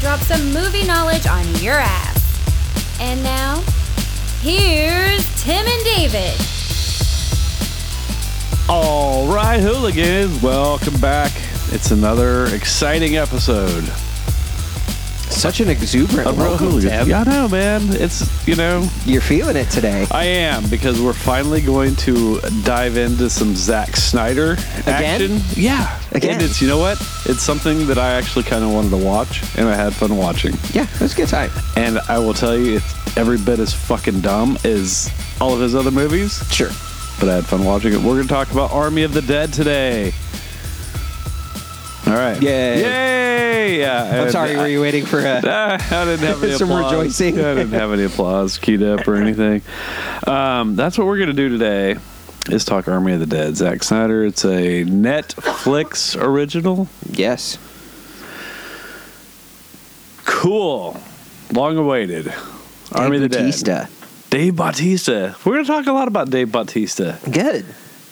drop some movie knowledge on your ass. And now, here's Tim and David. All right, hooligans, welcome back. It's another exciting episode Such an exuberant of Real welcome, Hooligans. Tim. Yeah, I know, man. It's, you know, You're feeling it today. I am because we're finally going to dive into some Zack Snyder Again? action. Yeah. Again. And it's, you know what? It's something that I actually kind of wanted to watch and I had fun watching. Yeah, it was a good time. And I will tell you, it's every bit as fucking dumb as all of his other movies, Sure. but I had fun watching it. We're going to talk about Army of the Dead today. All right. Yay. Yay. Yeah. I'm and sorry, were I, you waiting for a... I didn't have any Some applause. rejoicing. I didn't have any applause queued up or anything. Um, that's what we're going to do today is talk Army of the Dead. Zack Snyder. It's a Netflix original. Yes. Cool. Long awaited. Army of the Dead. Batista. Dave Bautista. We're going to talk a lot about Dave Bautista. Good.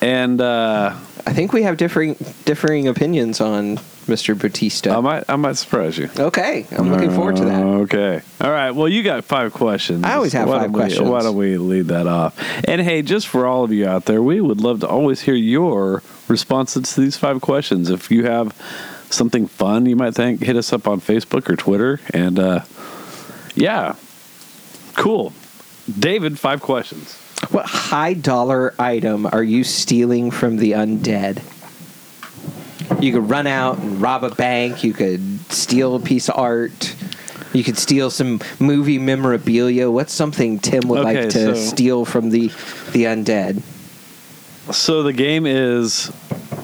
And uh, I think we have differing differing opinions on Mr. Batista. I might I might surprise you. okay, I'm looking forward to that. Uh, Okay. All right. Well, you got five questions. I always have Why five don't we- questions. Why don't we lead that off? And hey, just for all of you out there, we would love to always hear your responses to these five questions. If you have something fun you might think, hit us up on Facebook or Twitter. And uh, yeah, cool. David, five questions. What high dollar item are you stealing from the undead? You could run out and rob a bank. You could steal a piece of art. You could steal some movie memorabilia. What's something Tim would Okay, like so- to steal from the the undead? So the game is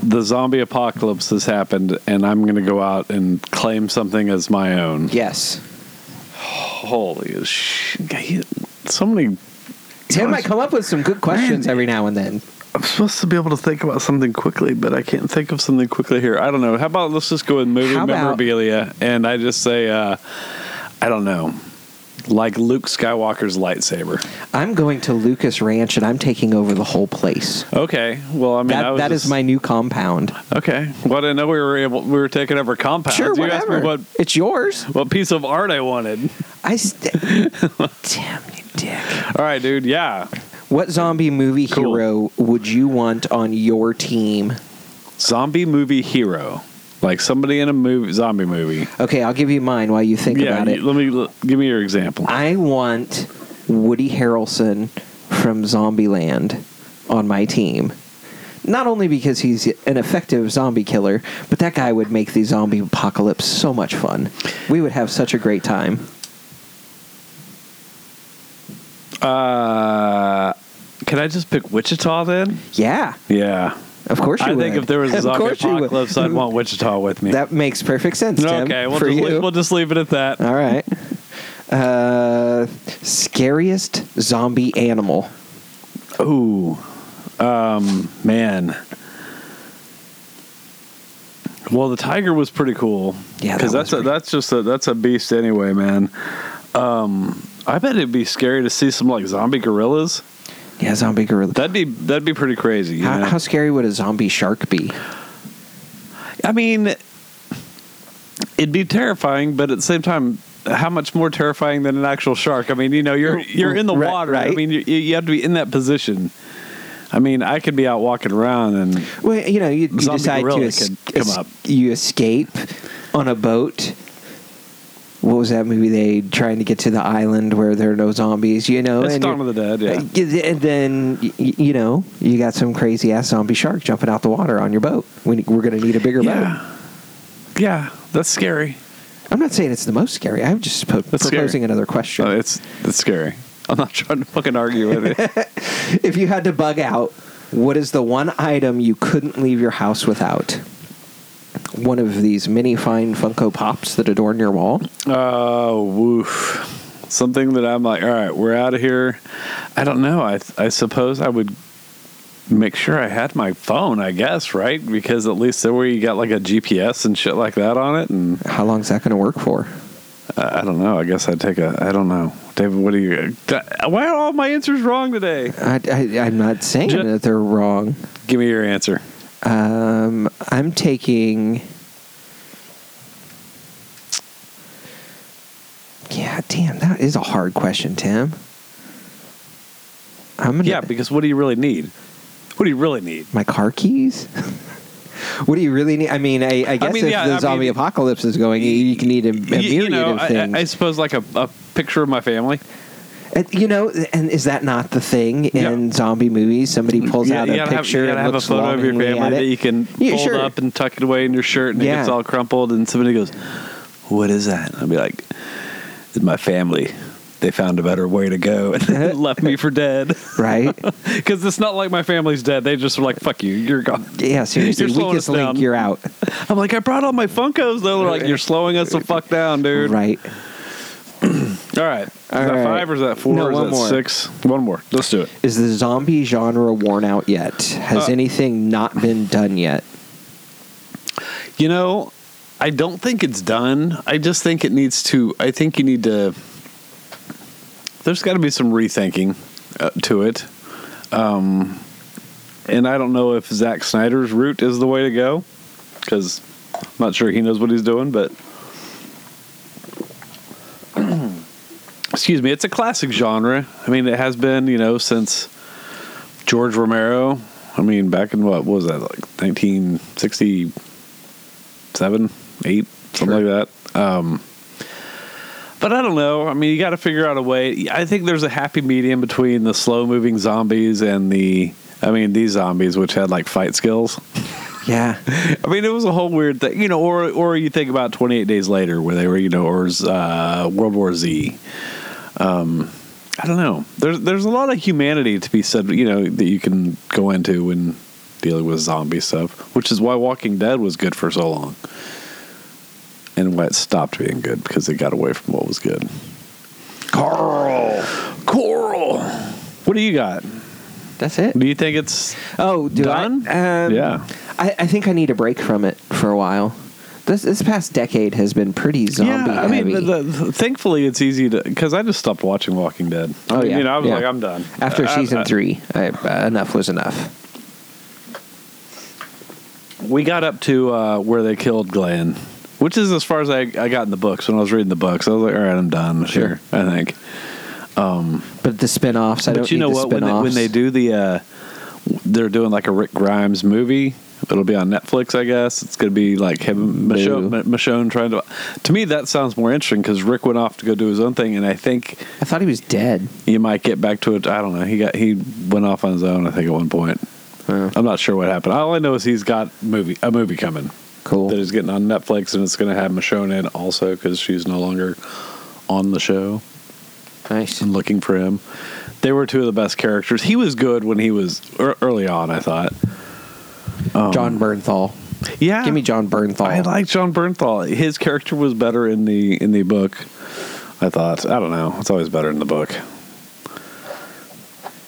the zombie apocalypse has happened, and I'm going to go out and claim something as my own. Yes. Holy sh! So many. Tim might come up with some good questions every now and then. I'm supposed to be able to think about something quickly, but I can't think of something quickly here. I don't know. How about let's just go with movie How about- memorabilia, and I just say, uh, I don't know, like Luke Skywalker's lightsaber. I'm going to Lucas Ranch and I'm taking over the whole place. Okay. Well, I mean, I that was that is just- Uh, my new compound. Okay. Well, I didn't know we were able. We were taking over compounds. Sure, you asked me whatever. what It's yours. what piece of art I wanted. I st- Tim, you dick. All right, dude. Yeah. What zombie movie Cool. hero would you want on your team? Zombie movie hero. Like somebody in a movie, zombie movie. Okay, I'll give you mine while you think yeah, about it. you- let me l- give me your example. I want Woody Harrelson from Zombieland on my team. Not only because he's an effective zombie killer, but that guy would make the zombie apocalypse so much fun. We would have such a great time. Uh, can I just pick Wichita then? Yeah, Yeah. of course you I would. think if there was a Of zombie course you would. apocalypse, I'd want Wichita with me. That makes perfect sense, Tim. okay, we'll for just, you. leave, we'll just leave it at that. All right. Uh, scariest zombie animal. Uh, Ooh, um, man. Well, the tiger was pretty cool. Yeah, that because that's was a, that's just a that's a beast anyway, man. Um, I bet it'd be scary to see some like zombie gorillas. Yeah, zombie gorilla. That'd be that'd be pretty crazy. you how, know? how scary would a zombie shark be? I mean, it'd be terrifying, but at the same time, how much more terrifying than an actual shark? I mean, you know, you're you're in the Right, water. I right. mean, you, you have to be in that position. I mean, I could be out walking around and Well, you know, you, you Zombie decide to gorilla es- could come es- up. you escape on a boat. What was that movie? They trying to get to the island where there are no zombies. You know, it's Dawn you're- of the Dead. Yeah, And then y- y- you know you got some crazy ass zombie shark jumping out the water on your boat. We, we're going to need a bigger boat. yeah, yeah. That's scary. I'm not saying it's the most scary. Oh, I'm just po- That's scary. proposing another question. No, Uh, it's it's scary. I'm not trying to fucking argue with it. if you had to bug out, what is the one item you couldn't leave your house without? One of these many fine Funko Pops that adorn your wall. Oh, woof. Something that I'm like, all right, we're out of here. I don't know. I I suppose I would make sure I had my phone, I guess, right? Because at least there where you got like a GPS and shit like that on it. And How long is that going to work for? I, I don't know. I guess I'd take a, I don't know. David, what do you, why are all my answers wrong today? I, am not saying Ju- that they're wrong. Give me your answer. Um, I'm taking. damn, that is a hard question, Tim. I'm gonna, Yeah, because what do you really need? What do you really need? my car keys. what do you really need? I mean, I, I guess mean, if yeah, I the mean- zombie apocalypse is going, you, you can need a, a Y- myriad you know, of I- things. I, I suppose like a, a picture of my family. And, you know, and is that not the thing in Yeah. zombie movies? Somebody pulls Yeah, out you a gotta have- picture you gotta and have a looks photo of your longingly family at that it. you can Yeah, fold sure. up and tuck it away in your shirt, and it Yeah. gets all crumpled. And somebody goes, "What is that?" And I'll be like, "It's my family. They found a better way to go and left me for dead." right? Because it's not like my family's dead. They just were like, "Fuck you, you're gone." Yeah, seriously, You're slowing weakest us link, down. you're out, I'm like, "I brought all my Funkos." Though they're like, "You're slowing us the fuck down, dude." right? All right. Is All that right. five or is that four? No, or is one that more. six? One more. Let's do it. Is the zombie genre worn out yet? Has Uh, anything not been done yet? You know, I don't think it's done. I just think it needs to. I think you need to. There's got to be some rethinking uh, to it, um, and I don't know if Zack Snyder's route is the way to go because I'm not sure he knows what he's doing. But excuse me, it's a classic genre. I mean, it has been you know since George Romero. I mean, back in what, what was that like 1960? seven, eight, something like that. Um, but I don't know. I mean, you got to figure out a way. I think there's a happy medium between the slow moving zombies and the, I mean, these zombies which had like fight skills. Yeah, I mean, it was a whole weird thing, you know. Or, or you think about 28 Days Later, where they were, you know, or uh, World War Z. Um, I don't know. There's there's a lot of humanity to be said, you know, that you can go into when dealing with zombie stuff, which is why Walking Dead was good for so long, and why it stopped being good because it got away from what was good. Carl, Coral, what do you got? that's it. Do you think it's Oh, do Done? I? Um, Yeah. I, I think I need a break from it for a while. This this past decade has been pretty zombie yeah, I mean, heavy. the, the, thankfully it's easy to because I just stopped watching Walking Dead. I Oh, mean, yeah, you know, I was yeah. like, I'm done After I- season I- three, I, uh, enough was enough. We got up to uh, where they killed Glenn, which is as far as I, I got in the books. When I was reading the books, I was like, all right, I'm done. Sure. Sure, I think. But the spin-offs, I but don't you need know the what? When they, spin-offs. when they do the, uh, they're doing like a Rick Grimes movie. It'll be on Netflix, I guess. It's going to be like him, Michonne, Boo. M- Michonne trying to. To me, that sounds more interesting because Rick went off to go do his own thing, and I think I thought he was dead. you might get back to it. I don't know. He got he went off on his own. I think at one point. Oh, I'm not sure what happened. All I know is he's got movie a movie coming cool. that is getting on Netflix, and it's going to have Michonne in also because she's no longer on the show Nice. and looking for him. They were two of the best characters. He was good when he was ear- early on. I thought. John Bernthal. Yeah, Give me John Bernthal. I like John Bernthal. His character was better in the in the book. I thought. I don't know. It's always better in the book.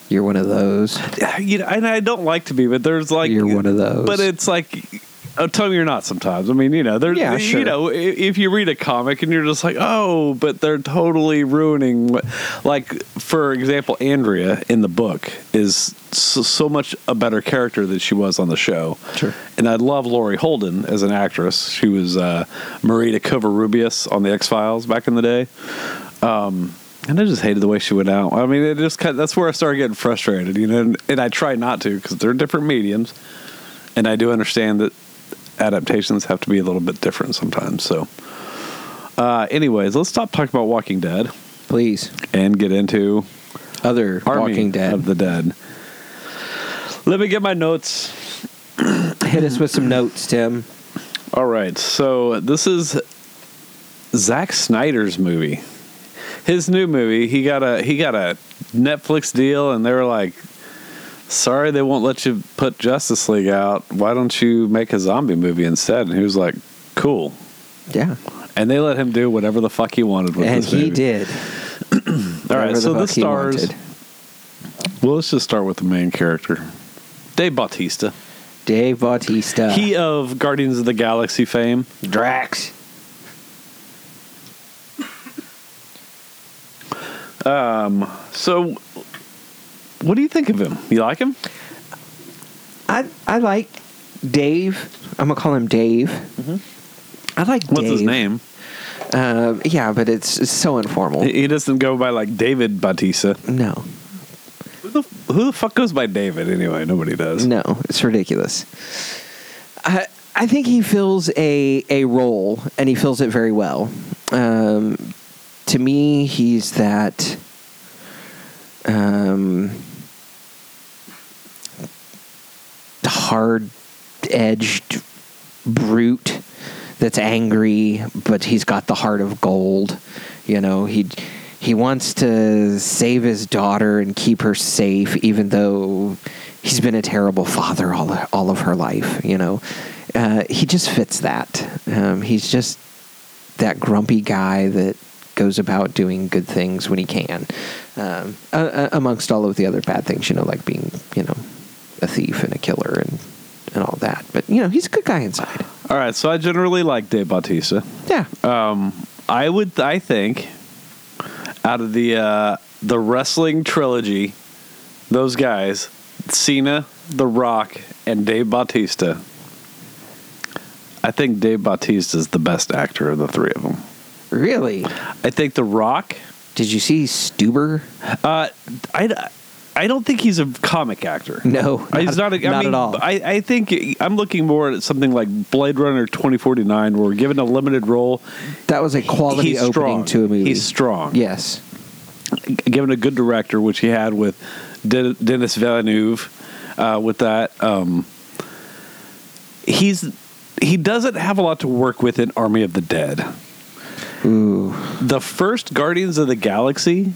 You're one of those. you know, and I don't like to be, but there's like You're one of those. But it's like, oh, tell me you're not. Sometimes I mean, you know, there's Yeah, sure. you know, i- if you read a comic and you're just like, oh, but they're totally ruining. What, like for example, Andrea in the book is so, so much a better character than she was on the show. Sure. And I love Laurie Holden as an actress. She was uh, Marita Covarrubias on the X Files back in the day. Um, And I just hated the way she went out. I mean, it just kind that's where I started getting frustrated, you know. And, and I try not to because they're different mediums, and I do understand that adaptations have to be a little bit different sometimes. So, uh, anyways, let's stop talking about Walking Dead Please. and get into Other Army Walking Dead. of the Dead. Let me get my notes. Hit us with some notes, Tim. All right, so this is Zack Snyder's movie. His new movie. He got a he got a Netflix deal, and they were like, "Sorry, they won't let you put Justice League out. Why don't you make a zombie movie instead?" And he was like, "Cool." Yeah. And they let him do whatever the fuck he wanted with And this he movie. did. All right, whatever the so fuck this he stars. wanted. Well, let's just start with the main character, Dave Bautista. Dave Bautista. he of Guardians of the Galaxy fame. Drax. So, what do you think of him? You like him? I I like Dave. I'm gonna call him Dave. I like What's Dave. his name? Um, yeah, but it's, it's so informal. He he doesn't go by like David Batista. no, Who the, who the fuck goes by David anyway? Nobody does. no, it's ridiculous. I I think he fills a a role, and he fills it very well. Um, to me, he's that. Um, hard edged brute that's angry, but he's got the heart of gold. You know, he he wants to save his daughter and keep her safe, even though he's been a terrible father all all of her life. You know, uh, he just fits that. Um, he's just that grumpy guy that goes about doing good things when he can, um, uh, uh, amongst all of the other bad things. You know, like being you know a thief and a killer and and all that. But you know, he's a good guy inside. All right, so I generally like Dave Bautista. Yeah. Uh, I would, I think, out of the uh, the wrestling trilogy, those guys, Cena, The Rock, and Dave Bautista. I think Dave Bautista is the best actor of the three of them. really? I think The Rock. Did you see Stuber? Uh, I, I don't think he's a comic actor. No, he's not. A, I not mean, at all. I, I think I'm looking more at something like Blade Runner 2049, where given a limited role, that was a quality he's strong. opening to a movie. He's strong. Yes. G- given a good director, which he had with De- Dennis Villeneuve, uh, with that, um, he's he doesn't have a lot to work with in Army of the Dead. Ooh. The first Guardians of the Galaxy,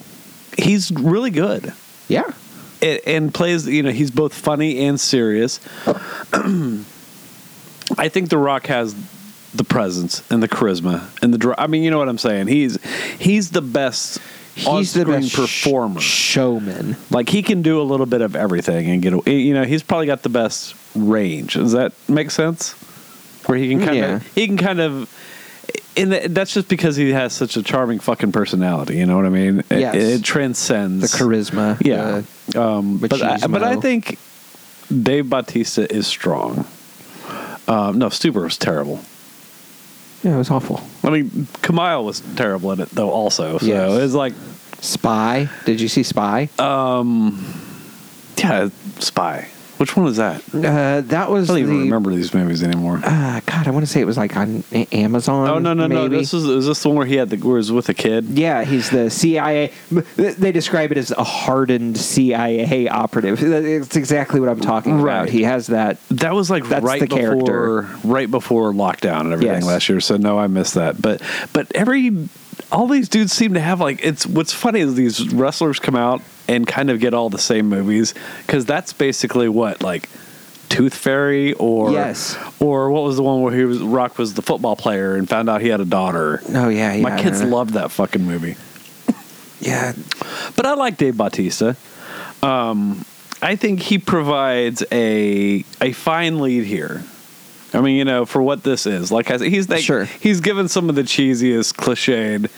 he's really good. Yeah. it, and plays you know he's both funny and serious i think the rock has the presence and the charisma and the dra- i mean you know what i'm saying he's he's the best He's the on-screen best sh- performer showman. like he can do a little bit of everything and get a- you know he's probably got the best range does that make sense where he can kind Yeah. of he can kind of and th- that's just because he has such a charming fucking personality you know what i mean It- Yes. it, transcends The charisma. yeah. um, but, I, but I machismo. think Dave Bautista is strong. Um, no, Stuber was terrible. yeah, it was awful. I mean, Kamal was terrible in it, though, also. So Yes. it's like, Spy. Did you see Spy? Uh, yeah, Spy. Which one is that? I Uh, that was don't even the- remember these movies anymore. Uh, God, I want to say it was like on A- Amazon. oh, no, no, no. maybe. This was, is this the one where he had the, where he was with a kid? Yeah, he's the CIA. They describe it as a hardened CIA operative. It's exactly what I'm talking Right. about. He has that. That was like That's right the before character. right before lockdown and everything Yes. last year. So no, I missed that. But but every all these dudes seem to have like it's what's funny is these wrestlers come out and kind of get all the same movies because that's basically what like Tooth Fairy or Yes. or what was the one where he was Rock was the football player and found out he had a daughter. Oh yeah, yeah. My kids no, no. loved that fucking movie. Yeah, But I like Dave Bautista. Um, I think he provides a a fine lead here. I mean, you know, for what this is, like I said, he's like, Sure. he's given some of the cheesiest, cliched,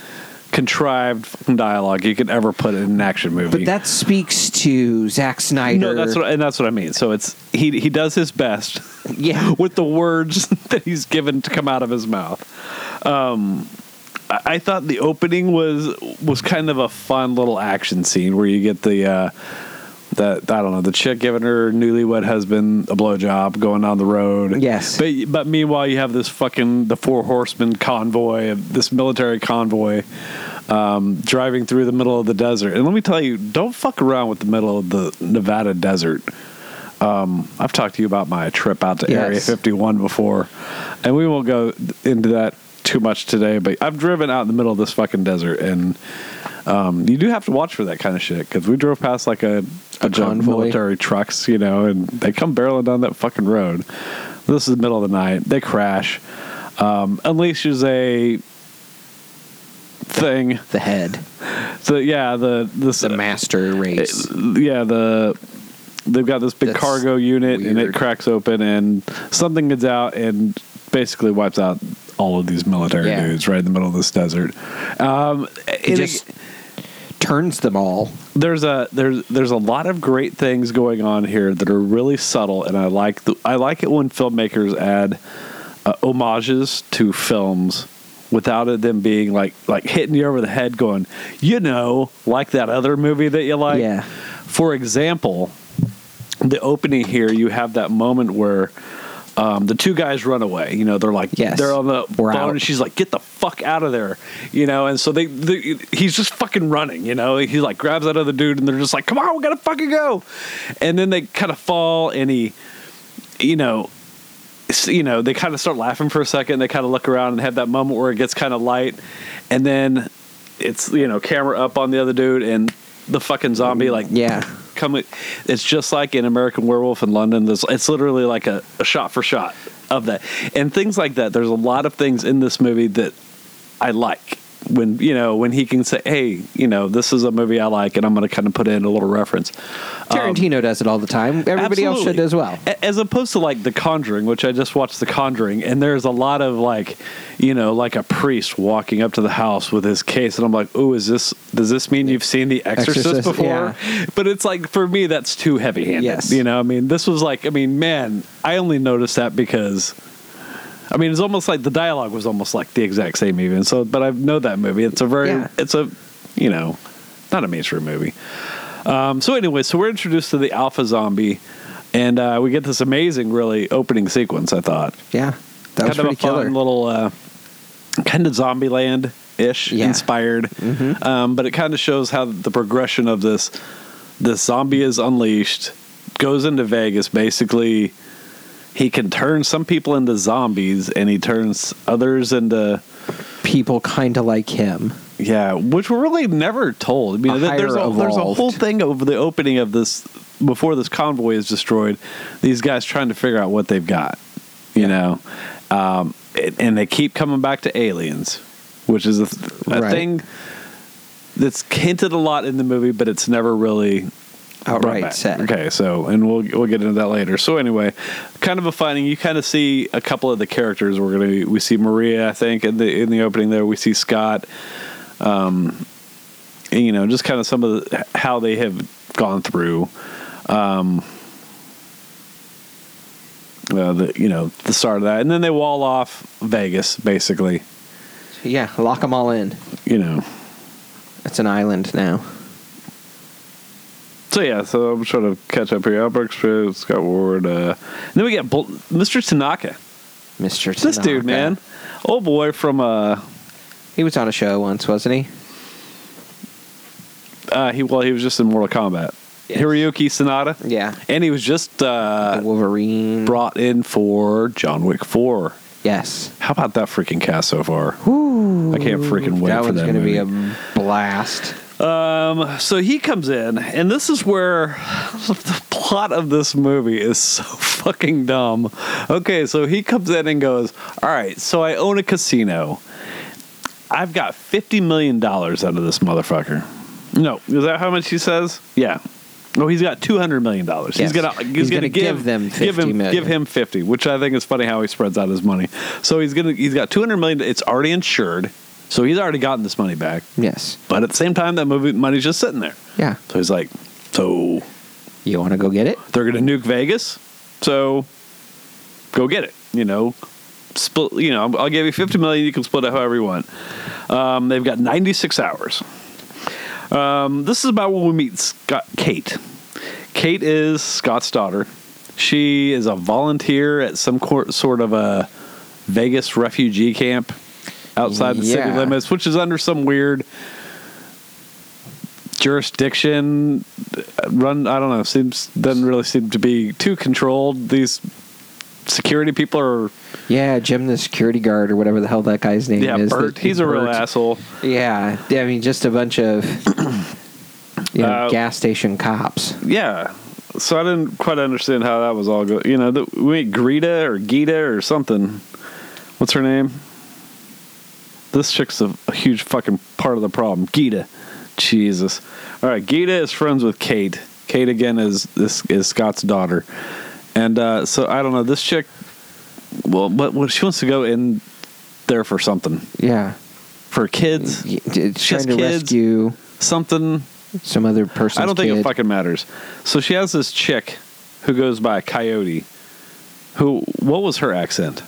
contrived fucking dialogue you could ever put in an action movie. but that speaks to Zack Snyder. no, that's what, and that's what I mean. So it's he he does his best yeah, with the words that he's given to come out of his mouth. Um, I I thought the opening was was kind of a fun little action scene where you get the uh, the I don't know the chick giving her newlywed husband a blowjob going on the road. Yes. but but meanwhile you have this fucking the four horsemen convoy of this military convoy um, driving through the middle of the desert. And let me tell you, don't fuck around with the middle of the Nevada desert. Um, I've talked to you about my trip out to Area Yes. 51 before, and we won't go into that too much today. But I've driven out in the middle of this fucking desert, and um, you do have to watch for that kind of shit because we drove past like a, a bunch of convoy. military trucks, you know, and they come barreling down that fucking road. This is the middle of the night. They crash. Um, unleashes a thing the head, so yeah, the this the master race. yeah the they've got this big That's cargo unit and it weird. cracks open and something gets out and basically wipes out all of these military Yeah. dudes right in the middle of this desert. Um, It and just turns them all. there's a there's there's a lot of great things going on here that are really subtle and I like the I like it when filmmakers add uh, homages to films without it them being like like hitting you over the head, going, you know, like that other movie that you like. yeah. For example, the opening here, you have that moment where um, the two guys run away. You know, they're like, Yes. they're on the We're phone, out. and she's like, "Get the fuck out of there!" You know, and so they, they, he's just fucking running. You know, he like grabs that other dude, and they're just like, "Come on, we gotta fucking go!" And then they kind of fall, and he, you know. s- You know, they kind of start laughing for a second. They kind of look around and have that moment where it gets kind of light, and then it's you know camera up on the other dude, and the fucking zombie like Yeah. come it's just like in american werewolf in london there's, it's literally like a, a shot for shot of that and things like that there's a lot of things in this movie that i like when you know when he can say hey you know this is a movie i like and i'm going to kind of put in a little reference Tarantino does it all the time. Everybody else Um, should Absolutely. as well. A- As opposed to like The Conjuring, which I just watched The Conjuring, and there's a lot of like, you know, like a priest walking up to the house with his case, and I'm like, oh, is this? Does this mean you've seen The Exorcist, Exorcist, before? But it's like for me, that's too heavy-handed. Yes. You know, I mean, this was like, I mean, man, I only noticed that because. I mean, it's almost like the dialogue was almost like the exact same, even. So, but I know that movie. It's a very, Yeah. it's a, you know, not a mainstream movie. Um, so anyway, so we're introduced to the alpha zombie, and uh, we get this amazing, really opening sequence. I thought Yeah. That was kind of a pretty killer. fun little uh, kind of zombie land ish Yeah. Mm-hmm. inspired, um, but it kind of shows how the progression of this this zombie is unleashed, goes into Vegas. Basically, he can turn some people into zombies, and he turns others into People kind of like him. yeah, which we're really never told. I mean, A th- there's higher a, there's a evolved. whole thing over the opening of this before this convoy is destroyed. These guys trying to figure out what they've got, you know, um, and, and they keep coming back to aliens, which is a, th- a Right. thing that's hinted a lot in the movie, but it's never really brought Outright back. said. Okay, so and we'll we'll get into that later. So anyway, kind of a finding. You kind of see a couple of the characters. We're gonna we see Maria, I think, in the in the opening there. We see Scott. Um, you know, just kind of some of the, how they have gone through. Um, uh, the you know the start of that, and then they wall off Vegas basically. Yeah. Lock them all in. You know, It's an island now. So yeah, so I'm trying to catch up here. Albert Spitz, Scott Ward. Uh, and then we got Bol- Mr. Tanaka. Mr. This dude, Tanaka. man, old boy from uh, He was on a show once, wasn't he? uh he well he was just in Mortal Kombat. Yes. Hiroyuki Sonata, Yeah. and he was just The uh Wolverine. brought in for John Wick Four. yes. How about that freaking cast so far? Ooh, I can't freaking wait that for one's that gonna be a movie. blast. Um, so he comes in, and this is where the plot of this movie is so fucking dumb. Okay, so he comes in and goes, All right, so I own a casino. I've got $50 million out of this motherfucker. No, is that how much he says? Yeah. No, he's got two hundred million dollars. He's Yes. gonna he's, He's gonna, gonna give, give them give him 50 million. give him fifty, which I think is funny how he spreads out his money. So he's gonna he's got two hundred million. It's already insured, so he's already gotten this money back. Yes. But at the same time, that movie money's just sitting there. Yeah. So he's like, so You want to go get it? they're going to nuke Vegas. So go get it. You know, split. You know, I'll give you fifty million. You can split it however you want. Um, they've got ninety six hours. Um, this is about when we meet Scott, Kate. Kate is Scott's daughter. She is a volunteer at some cor- sort of a Vegas refugee camp outside the city Yeah. limits, which is under some weird jurisdiction run i don't know seems doesn't really seem to be too controlled these security people are Yeah, Jim, the security guard, or whatever the hell that guy's name yeah is. bert that- he's a real Bert. asshole Yeah, I mean, just a bunch of you know, Uh, gas station cops. yeah so i didn't quite understand how that was all good you know the, we meet greta or gita or something what's her name this chick's a, a huge fucking part of the problem gita jesus all right gita is friends with kate kate again is this is scott's daughter and uh, so i don't know this chick well but well, she wants to go in there for something Yeah, for kids Y- it's She has trying to kids. rescue something some other person. I don't think kid. it fucking matters. So she has this chick who goes by Coyote. Who? What was her accent?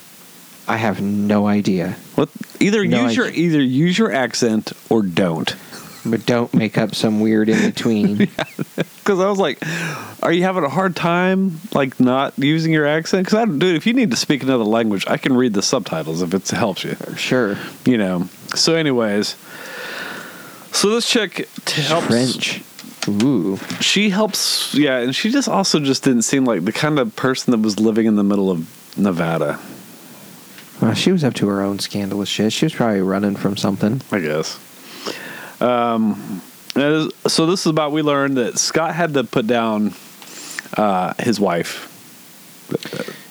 I have no idea. What? Either No use your idea. either use your accent or don't. But don't make up some weird in between. Because I was like, "Are you having a hard time like not using your accent?" Because I don't, dude, if you need to speak another language, I can read the subtitles if it helps you. Sure. You know. So, anyways, so this chick t- helps. French. Ooh. She helps. Yeah, and she just also just didn't seem like the kind of person that was living in the middle of Nevada. Well, she was up to her own scandalous shit. She was probably running from something. I guess. Um, that is- so this is about we learned that Scott had to put down uh, his wife.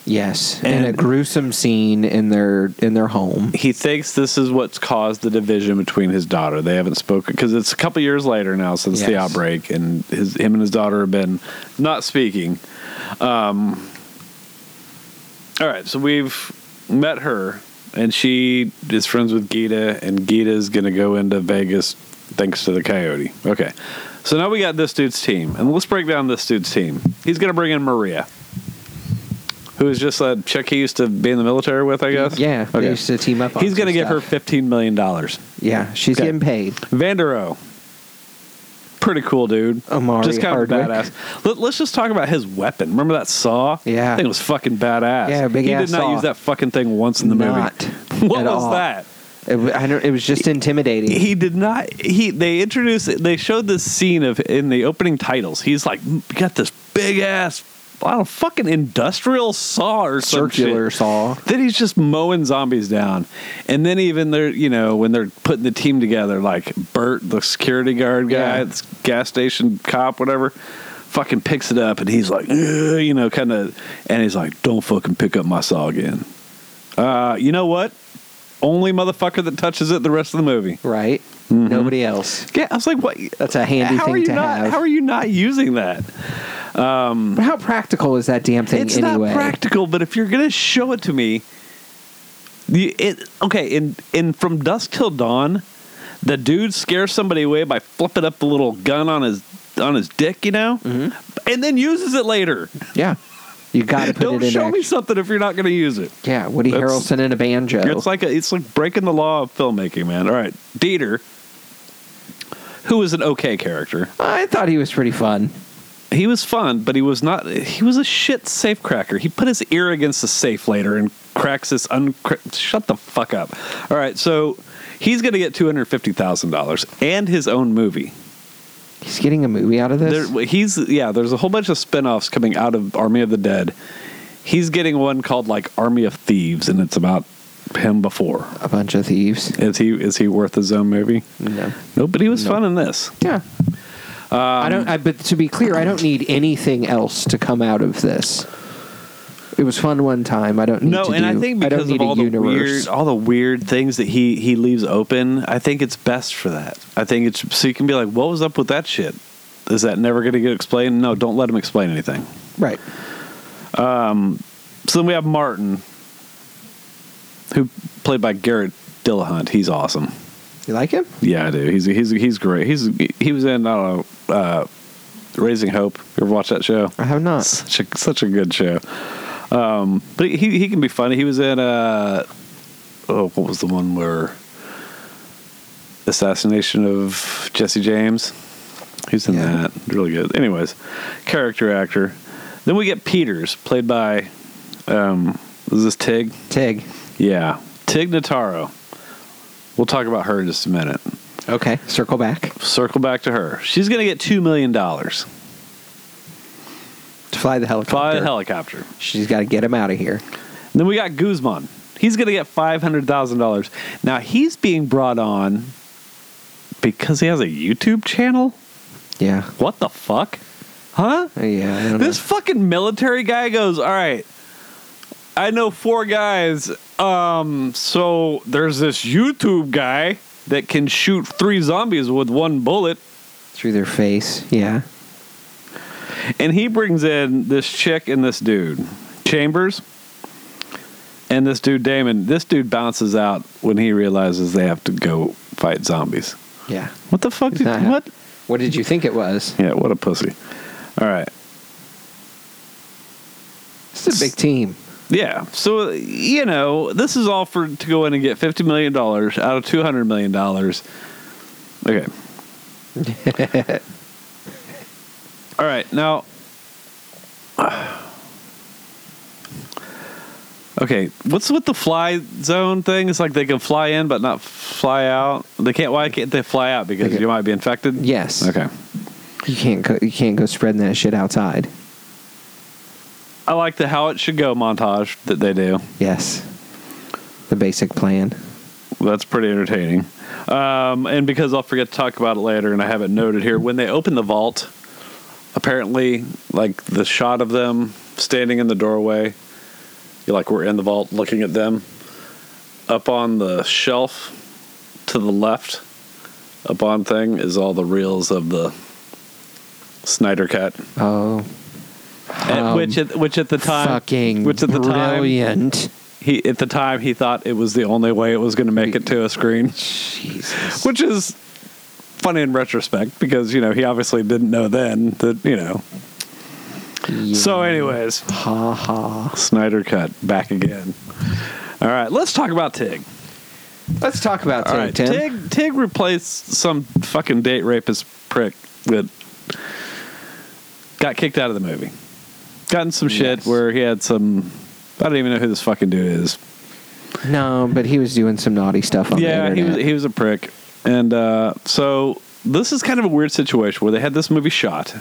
Yes. In a And- gruesome scene in their in their home. He thinks this is what's caused the division between his daughter. They haven't spoken because it's a couple years later now since the Yes. outbreak, and his him and his daughter have been not speaking. Um, all right, so we've met her, and she is friends with Gita, and Gita's gonna go into Vegas thanks to the Coyote. Okay, so now we got this dude's team, and let's break down this dude's team. He's gonna bring in Maria. Who is just a chick he used to be in the military with, I guess? Yeah. They Okay. used to team up on He's going to some give her stuff. fifteen million dollars. Yeah, she's Okay. getting paid. Vandero, pretty cool dude. Amari just kind Hardwick. of badass. Let, us just talk about his weapon. Remember that saw? Yeah. that thing was fucking badass. Yeah, big He ass did not saw. use that fucking thing once in the Not movie. What at was all. that? It, wa- I don't, it was just intimidating. He did not. He they introduced. They showed this scene of in the opening titles. He's like "Mm, got this big ass. I don't know, fucking industrial saw or some shit. circular saw. Then he's just mowing zombies down. And then even they're, you know, when they're putting the team together, like Bert, the security guard guy, Yeah. the gas station cop, whatever, fucking picks it up and he's like, "Ugh," you know, kind of, and he's like, don't fucking pick up my saw again. Uh, you know what? Only motherfucker that touches it the rest of the movie. Right? Mm-hmm. Nobody else. Yeah, I was like, what? That's a handy how thing are you to not? have. How are you not using that? But how practical is that damn thing Mm-hmm. it's anyway? not practical but if you're gonna show it to me the it okay in in from dusk till dawn the dude scares somebody away by flipping up the little gun on his on his dick you know and then uses it later Yeah. You got to Mm-hmm. put don't it in show me action. something if you're not gonna use it Yeah, Woody That's- Harrelson and a banjo. it's like a, it's like breaking the law of filmmaking man all right dieter who is an okay character I thought he was pretty fun. he was fun, but he was not. He was a shit safecracker. He put his ear against the safe later and cracks this. Un- shut the fuck up. All right, so he's going to get two hundred fifty thousand dollars and his own movie. He's getting a movie out of this. There, he's yeah. There's a whole bunch of spin-offs coming out of Army of the Dead. He's getting one called like Army of Thieves, and it's about him before. a bunch of thieves. Is he is he worth his own movie? No. No, but he was No. fun in this. Yeah. I don't. I, but to be clear, I don't need anything else to come out of this. It was fun one time. I don't need No, to and I do- think don't because need of a all the universe. weird, all the weird things that he he leaves open, I think it's best for that. I think it's so you can be like, what was up with that shit? Is that never going to get explained? No, don't let him explain anything. right. So then we have Martin, who played by Garrett Dillahunt. He's awesome. You like him? Yeah, I do. He's he's he's great. He's he was in I don't know, uh, Raising Hope. You ever watch that show? I have not. such a such a good show. Um, but he he can be funny. He was in uh oh what was the one where assassination of Jesse James. He's in Yeah. that really good. Anyways, character actor. Then we get Peters played by um is this Tig? Tig. Yeah, Tig Notaro. We'll talk about her in just a minute. Okay. Circle back. Circle back to her. She's gonna get two million dollars. Fly the helicopter. Fly a helicopter. She's got to get him out of here. Then we got Guzman. He's going to get $500,000. Now, he's being brought on because he has a YouTube channel? Yeah. What the fuck? Huh? Yeah. I don't This fucking military guy goes, "All right. I know four guys. Um, so there's this YouTube guy that can shoot three zombies with one bullet, know. through their face. Yeah. and he brings in this chick and this dude, Chambers, and this dude Damon. This dude bounces out when he realizes they have to go fight zombies. Yeah. What the fuck? Did, Nah. what? What did you think it was? Yeah, what a pussy. All right, It's a big team. Yeah. So you know, this is all for to go in and get fifty million dollars out of two hundred million dollars. Okay. all right. Now. Okay, what's with the fly zone thing? It's like they can fly in but not fly out. They can't. Why can't they fly out? Because Okay. you might be infected. Yes. Okay. You can't go, you can't go spreading that shit outside. I like the how it should go montage that they do. Yes. The basic plan. That's pretty entertaining. Um, and because I'll forget to talk about it later, and I have it noted here, when they open the vault, apparently, like the shot of them standing in the doorway, you like we're in the vault looking at them. Up on the shelf to the left, up on thing is all the reels of the Snyder cut, Oh. At which at, which at the time, Um, fucking which at the time brilliant. he at the time he thought it was the only way it was going to make it to a screen. Jesus. which is funny in retrospect because you know he obviously didn't know then that you know so anyways ha ha. snyder cut back again all right let's talk about tig Let's talk about all Tig. right Tim. tig tig replaced some fucking date rapist prick that got kicked out of the movie gotten some shit Yes. where he had some i don't even know who this fucking dude is No, but he was doing some naughty stuff on yeah, the he internet. was he was a prick, and uh, so this is kind of a weird situation where they had this movie shot.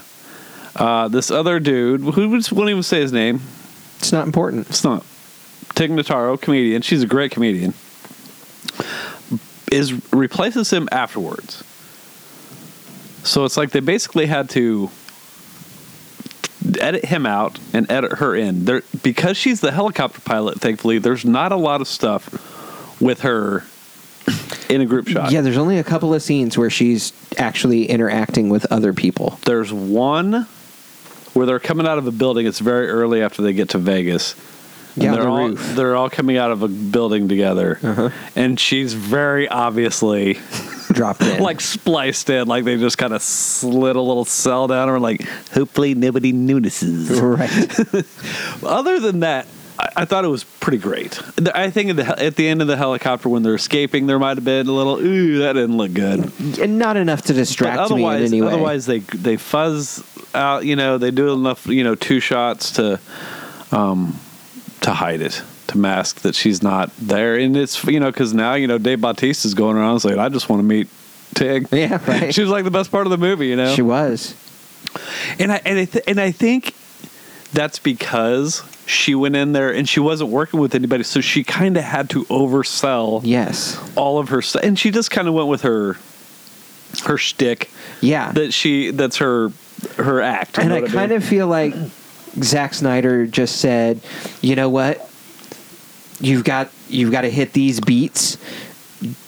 Uh, this other dude, who was, won't even say his name, it's not important. it's not Tig Notaro, comedian. She's a great comedian. Is replaces him afterwards. So it's like they basically had to edit him out and edit her in. There because she's the helicopter pilot, thankfully, there's not a lot of stuff with her in a group shot. Yeah, there's only a couple of scenes where she's actually interacting with other people. There's one where they're coming out of a building. It's very early after they get to Vegas. And Yeah, on they're the all, roof. They're all coming out of a building together, Uh-huh. and she's very obviously Dropped in. like spliced in, like they just kind of slid a little cell down, or like hopefully nobody notices. right. Other than that, I, I thought it was pretty great. The- I think at the, hel- at the end of the helicopter when they're escaping, there might have been a little ooh that didn't look good. and not enough to distract But me in otherwise, any way. otherwise they they fuzz out. You know, they do enough. You know, two shots to um to hide it, to mask that she's not there. And it's you know because now you know Dave Bautista's going around saying, "I just want to meet Tig." yeah, right. She was like the best part of the movie, you know. She was. and I and I, th- and I think that's because she went in there and she wasn't working with anybody, so she kind of had to oversell Yes. all of her stuff, and she just kind of went with her her shtick Yeah. that she that's her her act. you and know I what kind mean? of feel like Zack Snyder just said, "You know what? You've got you've got to hit these beats.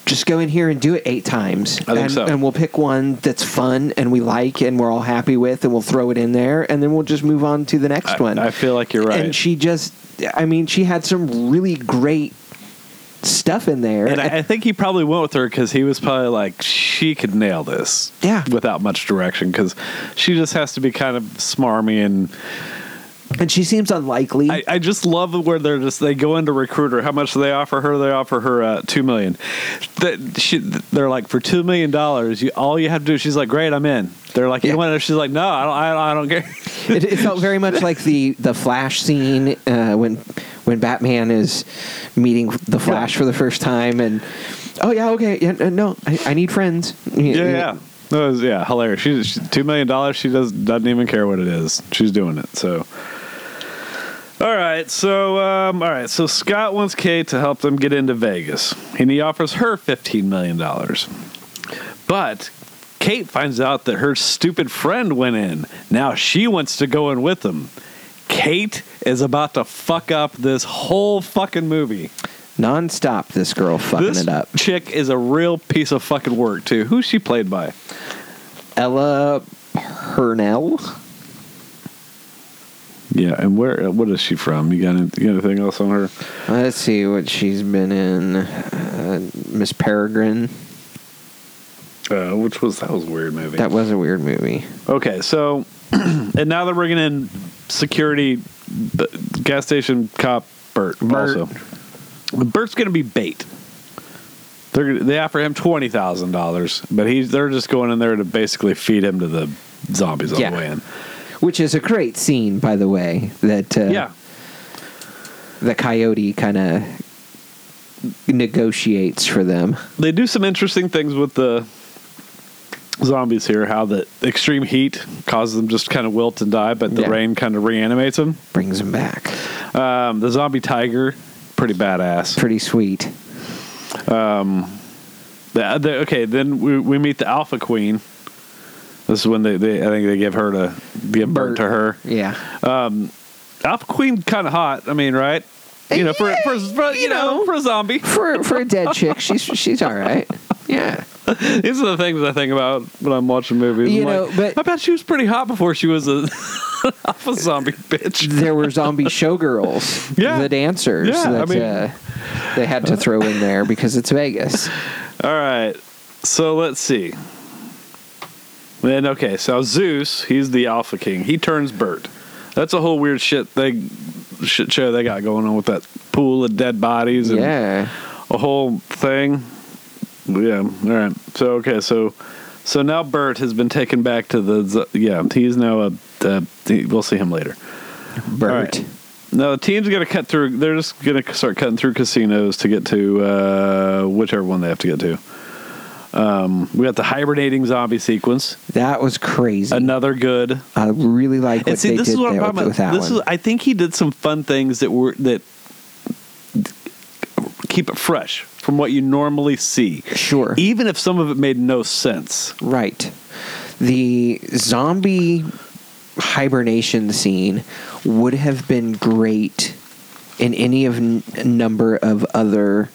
Just go in here and do it eight times, think and, so. and we'll pick one that's fun and we like and we're all happy with, and we'll throw it in there, and then we'll just move on to the next I- one." I, feel like you're right. And she just, I mean, she had some really great stuff in there. And I, I think he probably went with her because he was probably like, she could nail this. Yeah. Without much direction because she just has to be kind of smarmy. And and she seems unlikely. I, I just love where they're just, they go into recruiter. How much do they offer her? They offer her uh, $2 million. That she, they're like, for $2 million, you, all you have to do, she's like, great, I'm in. They're like, you Yeah. want it? She's like, no, I don't, I, I don't care. it, it felt very much like the the Flash scene uh, when when Batman is meeting the Flash for the first time, and oh yeah, okay, yeah, uh, no, I, I need friends. yeah, yeah. That was, yeah, hilarious. She, she two million dollars. She does doesn't even care what it is. She's doing it. So, all right. So, um, all right. So Scott wants Kate to help them get into Vegas, and he offers her fifteen million dollars. But Kate finds out that her stupid friend went in. Now she wants to go in with them. Kate is about to fuck up this whole fucking movie. nonstop. This girl fucking this it up. chick is a real piece of fucking work too. Who's she played by? Ella Hernell. Yeah, and where? uh, What is she from? You got any, you got anything else on her? Let's see what she's been in. Uh, Miss Peregrine. Uh, which was that was a weird movie. That was a weird movie. okay, so and now they're bringing in security, b- gas station cop Bert, Bert. also. Bert's going to be bait. They're gonna- they offer him twenty thousand dollars, but he's they're just going in there to basically feed him to the zombies on Yeah. the way in. Which is a great scene, by the way. That uh, Yeah, the coyote kind of negotiates for them. they do some interesting things with the zombies here. How that extreme heat causes them just kind of wilt and die, but the Yeah. rain kind of reanimates them. Brings them back. Um, the zombie tiger, pretty badass. Pretty sweet. The, the, okay, then we, we meet the Alpha Queen. This is when they, they I think they give her to give birth Bert. to her. Yeah. Alpha Queen kind of hot. I mean, right? You know, for, for, for you Eh, you know know. for a zombie. For for a dead chick, she's she's all right. Yeah. These are the things I think about when I'm watching movies. You I'm know, like, but- I bet she was pretty hot before she was a alpha zombie bitch. There were zombie showgirls, Yeah. the dancers Yeah, I that mean- uh, they had to throw in there because it's Vegas. All right. So let's see. Then okay, so Zeus, he's the Alpha King. He turns Bert. That's a whole weird shit they shit show they got going on with that pool of dead bodies and Yeah. a whole thing. Yeah. All right. So okay. So so now Bert has been taken back to the zo- yeah. He's now a. Uh, we'll see him later. Bert. right. No, the team's gonna cut through. They're just gonna start cutting through casinos to get to uh, whichever one they have to get to. Um, we got the hibernating zombie sequence. That was crazy. Another good. I really like what And see, they this did is what I'm there talking about. with, with that This one. is. I think he did some fun things that were that keep it fresh from what you normally see. sure. Even if some of it made no sense. Right. The zombie hibernation scene would have been great in any of n- number of other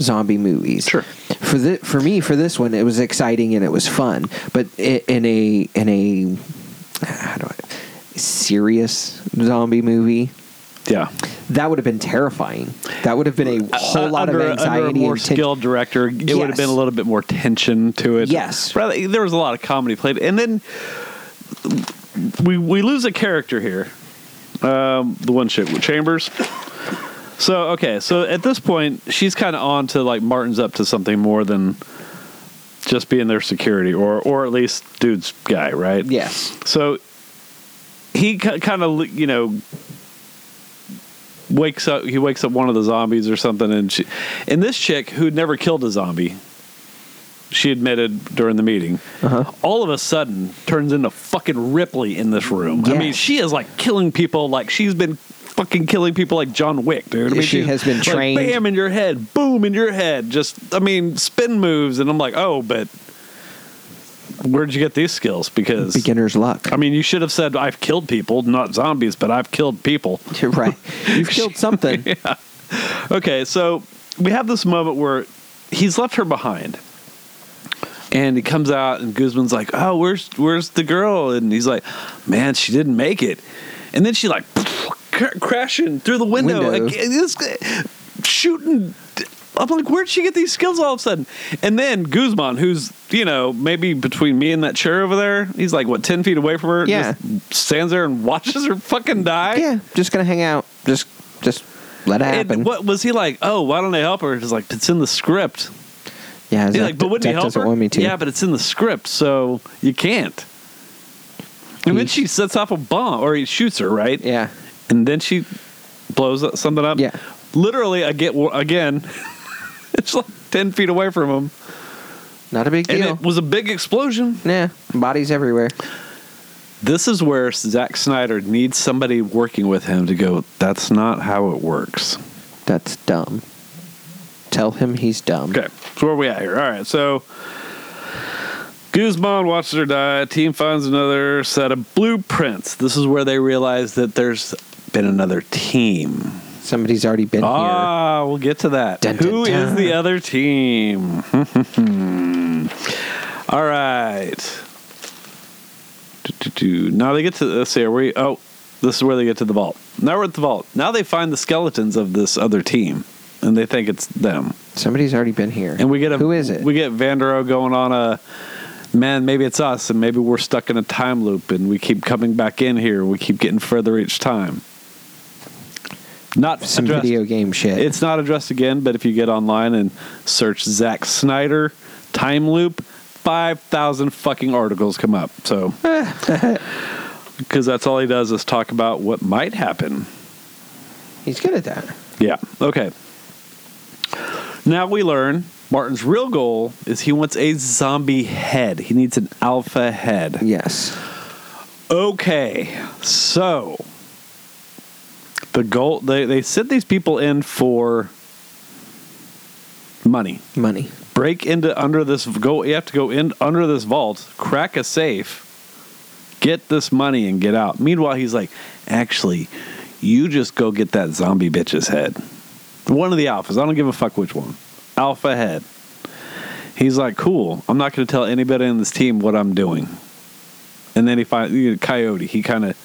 zombie movies. Sure. For the for me for this one it was exciting and it was fun, but i- in a in a how do I serious zombie movie Yeah. that would have been terrifying. That would have been a whole Uh, lot under, of anxiety Under a more and tension. skilled director, it would have Yes. been a little bit more tension to it. Yes. Rather, there was a lot of comedy played, and then we we lose a character here. Um, the one chick with Chambers. So okay, so at this point, she's kind of on to like Martin's up to something more than just being their security, or or at least dude's guy, right? Yes. So he kind of you know wakes up. He wakes up one of the zombies or something, and she, and this chick who'd never killed a zombie, she admitted during the meeting, Uh-huh. all of a sudden turns into fucking Ripley in this room. I mean, Yes. she is like killing people like she's been. Fucking killing people like John Wick, dude. I mean, She she's has been like, trained. bam in your head, boom in your head. Just, I mean, spin moves, and I'm like, oh, but where'd you get these skills? Because Beginner's luck. I mean, you should have said, I've killed people, not zombies, but I've killed people. You're right. You've killed something. Okay, so we have this moment where he's left her behind. And he comes out, and Guzman's like, Oh, where's where's the girl? And he's like, Man, she didn't make it. And then she, like, cr- crashing through the window. Window. Like, this guy- shooting. I'm like, Where'd she get these skills all of a sudden? And then Guzman, who's, you know, maybe between me and that chair over there, he's like, what, 10 feet away from her? Yeah. Just stands there and watches her fucking die. yeah, just gonna hang out. Just just let it And happen. what was he like? Oh, why don't I help her? He's like, it's in the script. yeah, He's Zach, like, but wouldn't Zach you help doesn't her? want me to. Yeah, but it's in the script, so you can't. And then He's- she sets off a bomb, or he shoots her, right? yeah, And then she blows up- something up. Yeah. Literally, I get again. it's like ten feet away from him, not a big and deal. it was a big explosion. yeah, bodies everywhere. This is where Zack Snyder needs somebody working with him to go. That's not how it works. That's dumb. Tell him he's dumb. Okay, so where are we at here? All right, so Guzman watches her die. Team finds another set of blueprints. This is where they realize that there's been another team. Somebody's already been Ah, we'll get to that. Who Dun, is dun, dun. the other team? All right. Do-do-do. Now they get to let's see, are we oh this is where they get to the vault. Now we're at the vault. Now they find the skeletons of this other team and they think it's them. here. Somebody's already been here. And we get a who is it? We get Vandero going on a man. Maybe it's us, and maybe we're stuck in a time loop, and we keep coming back in here. We keep getting further each time. Not some addressed- video game shit. It's not addressed again, but if you get online and search Zack Snyder time loop, 5,000 fucking articles come up. So, because that's all he does is talk about what might happen. he's good at that. Yeah. Okay. Now we learn Martin's real goal is he wants a zombie head. He needs an alpha head. Yes. Okay, so the goal they, they sent these people in for money. Money. Break into under this go you have to go in under this vault, crack a safe, get this money and get out. Meanwhile, he's like, actually, you just go get that zombie bitch's head. One of the alphas. I don't give a fuck which one. Alpha head. He's like, cool. I'm not going to tell anybody on this team what I'm doing. And then he finds you know, Coyote. He kind of,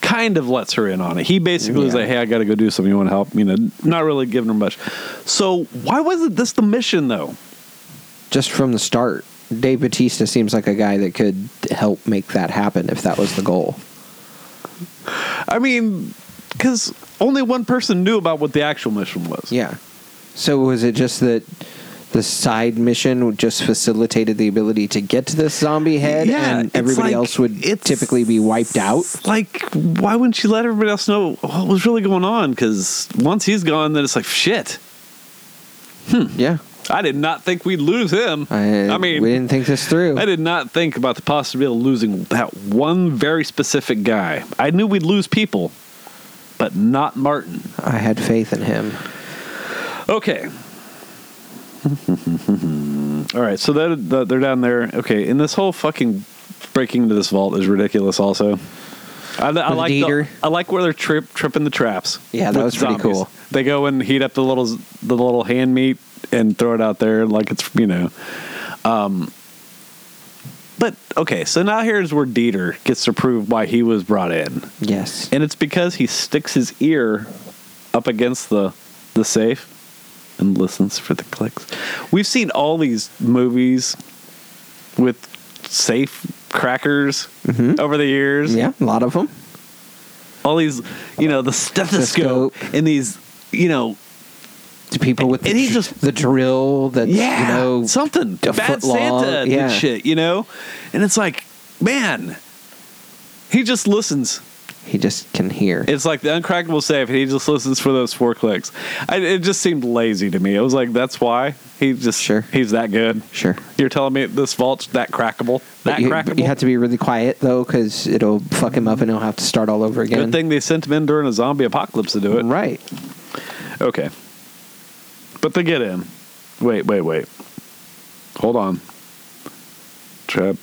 kind of lets her in on it. He basically was Yeah. like, hey, I got to go do something. You want to help? You know, not really giving her much. So why wasn't this the mission though? Just from the start, Dave Batista seems like a guy that could help make that happen if that was the goal. I mean, because only one person knew about what the actual mission was. Yeah. So was it just that the side mission just facilitated the ability to get to this zombie head, Yeah, and it's everybody like- else would it's- typically be wiped out? It's like, why wouldn't she let everybody else know what was really going on? Because once he's gone, then it's like, shit. Yeah. I did not think we'd lose him. I, I mean, we didn't think this through. I did not think about the possibility of losing that one very specific guy. I knew we'd lose people, but not Martin. I had faith in him. Okay. All right, so they're, they're down there. Okay, and this whole fucking breaking into this vault is ridiculous. Also, I, I With like the- Dieter. I like where they're trip, tripping the traps. Yeah, that with was pretty cool. They go and heat up the little the little hand meat and throw it out there like it's you know. Um, but okay, so now here's where Dieter gets to prove why he was brought in. Yes. And it's because he sticks his ear up against the the safe and listens for the clicks. We've seen all these movies with safe crackers Mhm. over the years. yeah, a lot of them. All these, you know, the stethoscope Stethoscope. and these, you know, To people with And the, he dr- just- the drill that yeah, you know something. a Bad foot long, Santa yeah. did shit, you know? And it's like, man, he just listens. he just can hear. It's like the uncrackable safe. He just listens for those four clicks. I, it just seemed lazy to me. It was like that's why he just Sure. he's that good. sure. You're telling me this vault's that crackable? That But you, but crackable. you have to be really quiet though, because it'll fuck him up, and he'll have to start all over again. good thing they sent him in during a zombie apocalypse to do it. Right. Okay. But they get in. Wait, wait, wait. Hold on. Trap.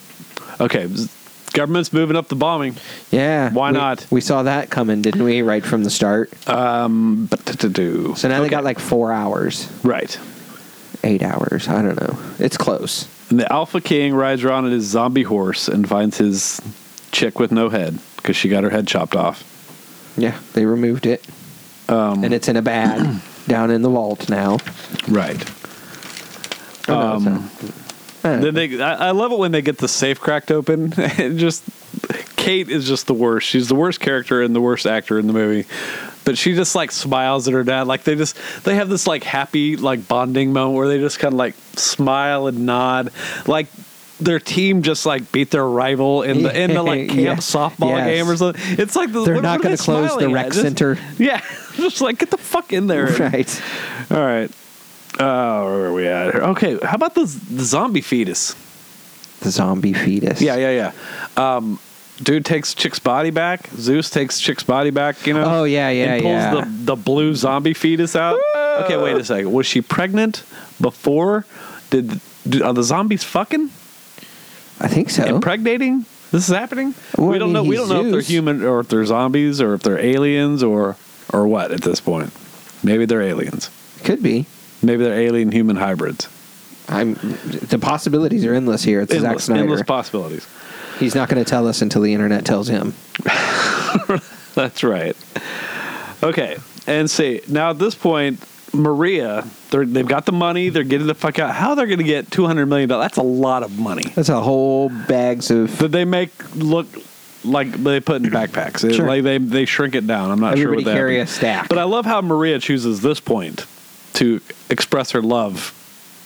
Okay. z- Government's moving up the bombing. Yeah. Why we- not? Oh, We saw that coming, didn't we? Right from the start. But to do. So now they got like four hours, Right. eight hours. I don't know. It's close. And the Alpha King rides around on his zombie horse and finds his chick with no head because she got her head chopped off. Yeah. They removed it, Um, and it's in a bag down in the vault now. Right. Oh, no, Um, it's not. Uh, Then they, I, I love it when they get the safe cracked open. It just Kate is just the worst. She's the worst character and the worst actor in the movie. But she just like smiles at her dad. Like they just they have this like happy like bonding moment where they just kind of like smile and nod. Like their team just like beat their rival in the in the like camp Yeah. softball Yes. game or something. It's like the, They're what- not what are gonna they close the smiling rec at? Just- center. yeah, just like get the fuck in there. right. All right. Uh, where are we at here? Okay, how about the, z- the zombie fetus? The zombie fetus. Yeah, yeah, yeah. Um, dude takes Chick's body back. Zeus takes Chick's body back. You know. Oh, yeah, yeah, and pulls yeah. The, the blue zombie fetus out. Okay, wait a second. Was she pregnant before? Did, did are the zombies fucking I think so. impregnating? This is happening. Well, we I don't mean, know. We don't he's know if they're Zeus. human or if they're zombies or if they're aliens or or what at this point. Maybe they're aliens. Could be. Maybe they're alien human hybrids. I'm. The possibilities are endless here. It's Zack Endless, Snyder. endless possibilities. He's not going to tell us until the internet tells him. That's right. Okay, and see now at this point, Maria, they're, they've got the money. They're getting the fuck out. How they're going to get two hundred million dollars? That's a lot of money That's a whole bags of that they make look like they put in backpacks. It- Sure. Like they they shrink it down. I'm not Everybody sure what carry that. a stack. But I love how Maria chooses this point to express her love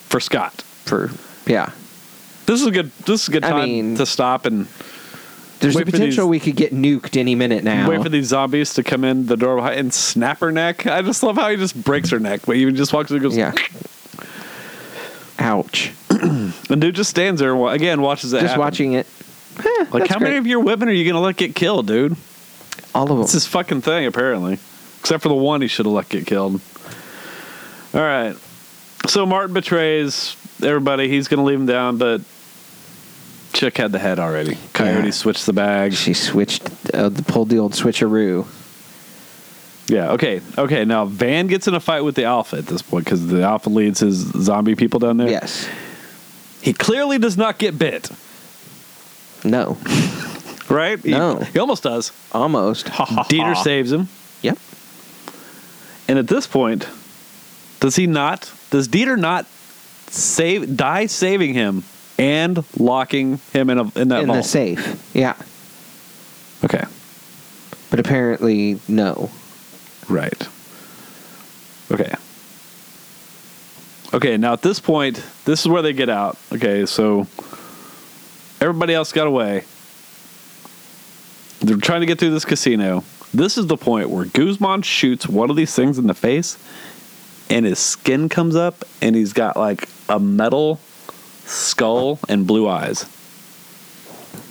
for Scott. for yeah. This is a good. This is a good I time mean- to stop and There's Wait a for potential these- we could get nuked any minute now. wait for these zombies to come in the door behind and snap her neck. I just love how he just breaks her neck, but he just walks through and goes. yeah. Ouch. And dude just stands there and wa- again watches that. Just happen. watching it. Like That's how many great. of your women are you gonna let get killed, dude? All of them. It's his fucking thing, apparently. Except for the one he should have let get killed. All right. So Martin betrays everybody. He's going to leave him down, but Chick had the head already. Coyote Yeah. switched the bag. she switched, uh, pulled the old switcheroo. Yeah. Okay. Okay. Now Van gets in a fight with the Alpha at this point because the Alpha leads his zombie people down there. Yes. He clearly does not get bit. No. Right? He- No. He, almost does. Almost. Dieter saves him, Yep. and at this point, does he not? Does Dieter not save die saving him and locking him in a in that In the vault? safe. Yeah. Okay. But apparently, no. Right. Okay. Okay, now at this point, this is where they get out. Okay, so everybody else got away. They're trying to get through this casino. This is the point where Guzman shoots one of these things in the face, and his skin comes up, and he's got like a metal skull and blue eyes.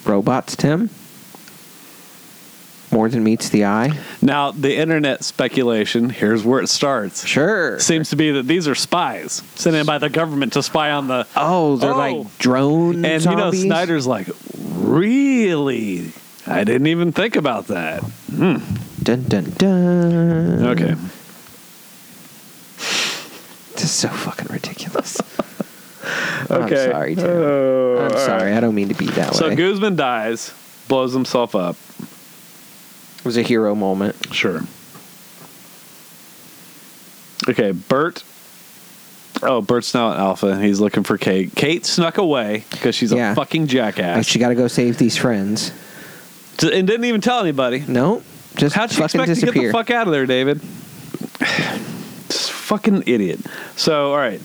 Robots, Tim? More than meets the eye? Now, the internet speculation here's where it starts. Sure. seems to be that these are spies sent in by the government to spy on the. Oh, they're Oh. like drone And you know, zombies? Snyder's like, really? I didn't even think about that. Dun, dun, dun. Okay. This is so fucking ridiculous. Okay. Uh, Oh, I'm sorry, Tim. I'm sorry. I don't mean to be that So way. Guzman dies, blows himself up. It was a hero moment. Sure. Okay, Bert. Oh, Bert's now an alpha. and He's looking for Kate. Kate snuck away because she's Yeah. a fucking Like, jackass. she got to go save these friends. D- and didn't even tell anybody. No, just How'd you fucking expect disappear. to get the fuck out of there, David? Just fucking idiot. So, all right.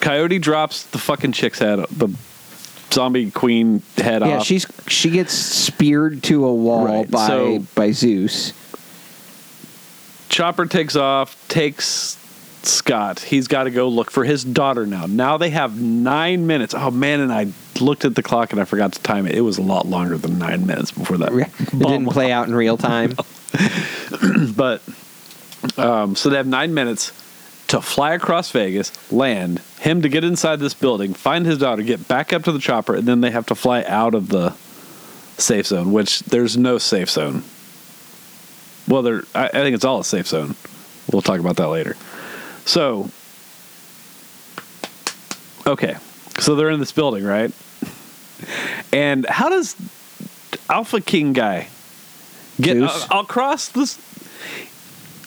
Coyote drops the fucking chick's head, the zombie queen head yeah, off. she's she gets speared to a wall Right, by so- by Zeus. Chopper takes off, takes Scott. He's got to go look for his daughter now. Now they have nine minutes. Oh man, and I looked at the clock and I forgot to time it. It was a lot longer than nine minutes before that. It bomb didn't play out in real time. But um, so they have nine minutes to fly across Vegas, land, him to get inside this building, find his daughter, get back up to the chopper, and then they have to fly out of the safe zone, which there's no safe zone. Well, there, I, I think it's all a safe zone. We'll talk about that later. So, okay. So they're in this building, right? And how does Alpha King guy get uh, Zeus? a- across this?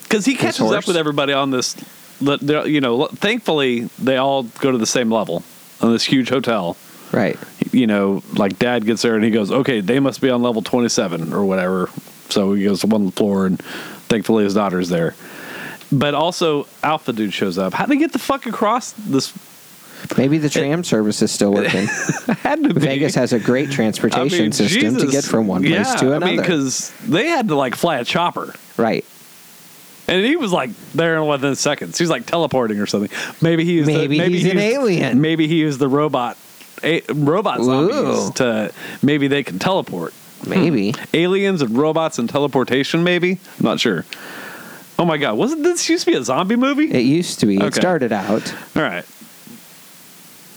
Because he catches horse? up with everybody on this. le- they're- You know, thankfully they all go to the same level on this huge hotel. right. You know, like Dad gets there and he goes, "Okay, they must be on level twenty-seven or whatever." So he goes to one floor, and thankfully his daughter's there. But also, Alpha dude shows up. How would he get the fuck across this? Maybe the tram service is still working. Had to be Vegas has a I great mean, transportation system to Jesus. get from one place Yeah, to I another. mean, because they had to like fly a chopper. right. And he was like there in within seconds. He's like teleporting or something. Maybe he's the, Maybe maybe he's an alien. Maybe he is the robot a, robot zombies Ooh. to maybe they can teleport. Maybe. Aliens and robots and teleportation maybe? I'm not sure. Oh my god, wasn't this used to be a zombie movie? It used to be. It Okay. started out. All right.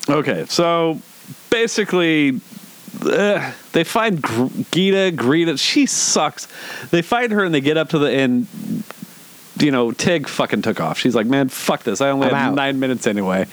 Okay, so basically, uh, they find Gr- Gita, Greta. She sucks. They find her and they get up to the end. You know, Tig fucking took off. She's like, man, fuck this. I only I'm have out." nine minutes anyway.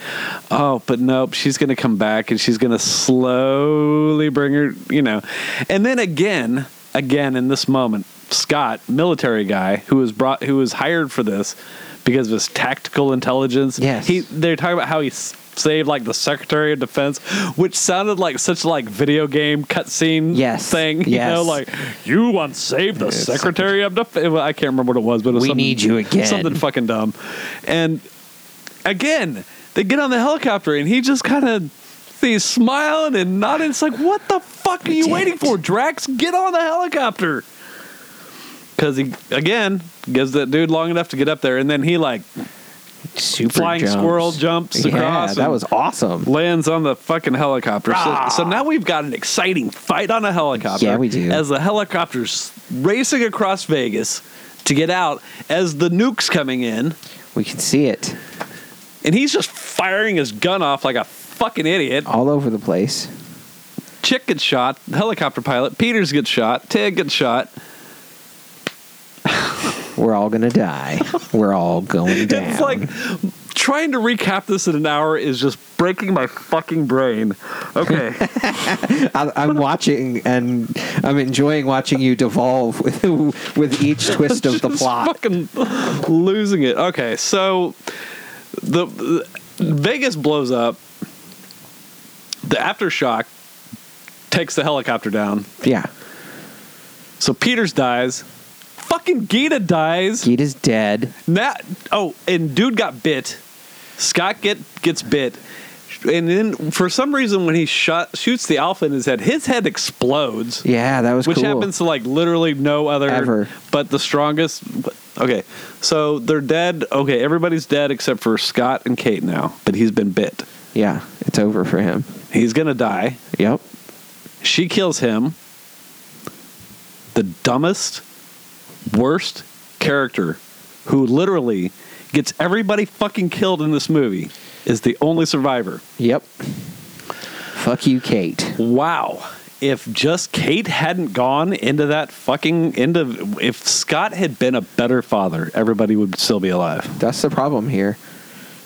Oh, but nope. She's going to come back and she's going to slowly bring her, you know. And then again, again in this moment, Scott, military guy who was brought, who was hired for this because of his tactical intelligence. Yes. He, they're talking about how he s- save like the Secretary of Defense, which sounded like such like video game cutscene Yes. thing. You Yes. know, like you once saved the Yes. Secretary of Defense. I can't remember what it was, but it was We something- need you again. Something fucking dumb. And again, they get on the helicopter and he just kind of he's smiling and nodding. It's like, what the fuck are you did waiting it. for, Drax? Get on the helicopter. Because he again gives that dude long enough to get up there, and then he like Super Flying squirrel jumps yeah, across That and- was awesome. lands on the fucking helicopter. So, so now we've got an exciting fight on a helicopter. Yeah, we do. As the helicopter's racing across Vegas to get out, as the nuke's coming in, We can see it and he's just firing his gun off like a fucking idiot. all over the place. Chick gets shot. Helicopter pilot Peters gets shot. Ted gets shot. We're all gonna die. We're all going down. It's like trying to recap this in an hour is just breaking my fucking brain. Okay. I, I'm watching and I'm enjoying watching you devolve with with each twist of the Just plot. Fucking losing it. Okay, so the, the- Vegas blows up. The aftershock takes the helicopter down. Yeah, So Peters dies. Fucking Gita dies. Geet is dead. Nat, oh, and dude got bit. Scott get gets bit. And then for some reason when he shot, shoots the alpha in his head, his head explodes. Yeah, that was which cool. happens to like literally no other Ever. but the strongest okay so they're dead okay everybody's dead except for scott and kate now but he's been bit Yeah, it's over for him. he's gonna die Yep. she kills him the dumbest worst character who literally gets everybody fucking killed in this movie is the only survivor Yep. Fuck you, Kate. Wow. If just Kate hadn't gone into that fucking into if Scott had been a better father, everybody would still be alive. That's the problem here.